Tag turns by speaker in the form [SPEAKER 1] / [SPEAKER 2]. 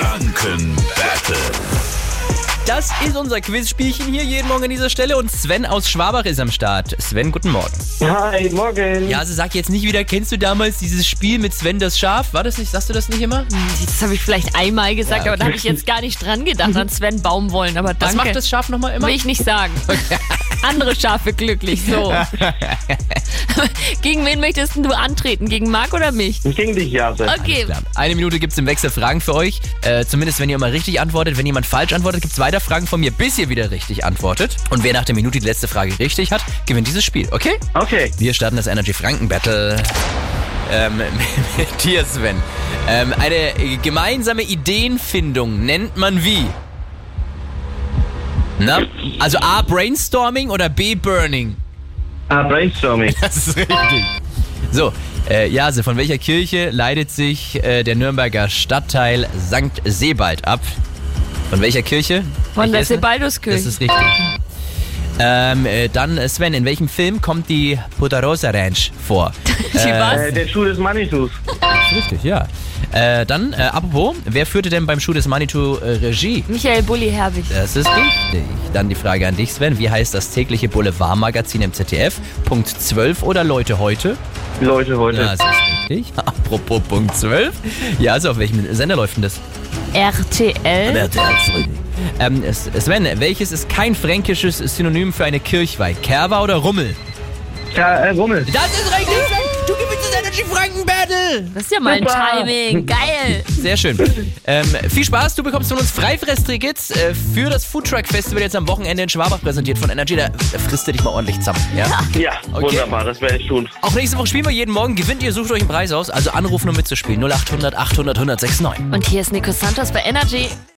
[SPEAKER 1] Franken Battle.
[SPEAKER 2] Das ist unser Quizspielchen hier jeden Morgen an dieser Stelle und Sven aus Schwabach ist am Start. Sven, guten Morgen.
[SPEAKER 3] Hi, morgen.
[SPEAKER 2] Ja, also sag jetzt nicht wieder, kennst du damals dieses Spiel mit Sven das Schaf? War das nicht, sagst du das nicht immer?
[SPEAKER 4] Das habe ich vielleicht einmal gesagt,
[SPEAKER 2] Ja,
[SPEAKER 4] aber da habe ich jetzt gar nicht dran gedacht, an Sven Baumwollen. Aber danke.
[SPEAKER 2] Was macht das Schaf nochmal immer?
[SPEAKER 4] Will ich nicht sagen. Andere Schafe glücklich, so. Gegen wen möchtest denn du antreten? Gegen Marc oder mich?
[SPEAKER 3] Gegen dich, Jase.
[SPEAKER 4] Okay.
[SPEAKER 2] Klar. Eine Minute gibt es im Wechsel Fragen für euch. Äh, zumindest wenn ihr mal richtig antwortet. Wenn jemand falsch antwortet, gibt es weiter Fragen von mir, bis ihr wieder richtig antwortet. Und wer nach der Minute die letzte Frage richtig hat, gewinnt dieses Spiel, okay?
[SPEAKER 3] Okay.
[SPEAKER 2] Wir starten das Energy Franken Battle. Ähm, mit dir, Sven. Ähm, eine gemeinsame Ideenfindung nennt man wie? Na? Also A, Brainstorming oder B, Burning?
[SPEAKER 3] Ah, Brainstorming.
[SPEAKER 2] Das ist richtig. So, äh, Jase, von welcher Kirche leitet sich äh, der Nürnberger Stadtteil St. Sebald ab? Von welcher Kirche? Welche
[SPEAKER 4] Von der
[SPEAKER 2] ist es? Das
[SPEAKER 4] Sebalduskirche.
[SPEAKER 2] ist richtig. Ähm, äh, dann, äh, Sven, in welchem Film kommt die Poderosa Ranch vor?
[SPEAKER 4] Die was?
[SPEAKER 3] Äh, der Schuh des Manitus.
[SPEAKER 2] Richtig, ja. Äh, dann, äh, apropos, wer führte denn beim Schuh des Manitou äh, Regie?
[SPEAKER 4] Michael Bulli Herbig.
[SPEAKER 2] Das ist richtig. Dann die Frage an dich, Sven. Wie heißt das tägliche Boulevardmagazin im ZDF? Punkt 12 oder Leute heute?
[SPEAKER 3] Leute heute.
[SPEAKER 2] Ja, das ist richtig. Apropos Punkt 12. Ja, also auf welchem Sender läuft denn das? Äh?
[SPEAKER 4] RTL.
[SPEAKER 2] Ähm, S- Sven, welches ist kein fränkisches Synonym für eine Kirchweih? Kerwa oder Rummel?
[SPEAKER 3] Ja, äh, Rummel.
[SPEAKER 2] Das ist richtig, Sven. Du gewinnst das Energy Franken Battle.
[SPEAKER 4] Das ist ja mal ein
[SPEAKER 3] Super.
[SPEAKER 4] Timing. Geil.
[SPEAKER 2] Sehr schön. Ähm, viel Spaß. Du bekommst von uns Freifress-Tickets äh, für das Foodtruck Festival jetzt am Wochenende in Schwabach präsentiert von Energy. Da äh, frisst du dich mal ordentlich zusammen. Ja?
[SPEAKER 3] Ja,
[SPEAKER 2] Okay.
[SPEAKER 3] wunderbar, das werde ich tun.
[SPEAKER 2] Auch nächste Woche spielen wir jeden Morgen. Gewinnt ihr, sucht euch einen Preis aus. Also anrufen, um mitzuspielen. 0800 800 1069.
[SPEAKER 4] Und hier ist Nico Santos bei Energy.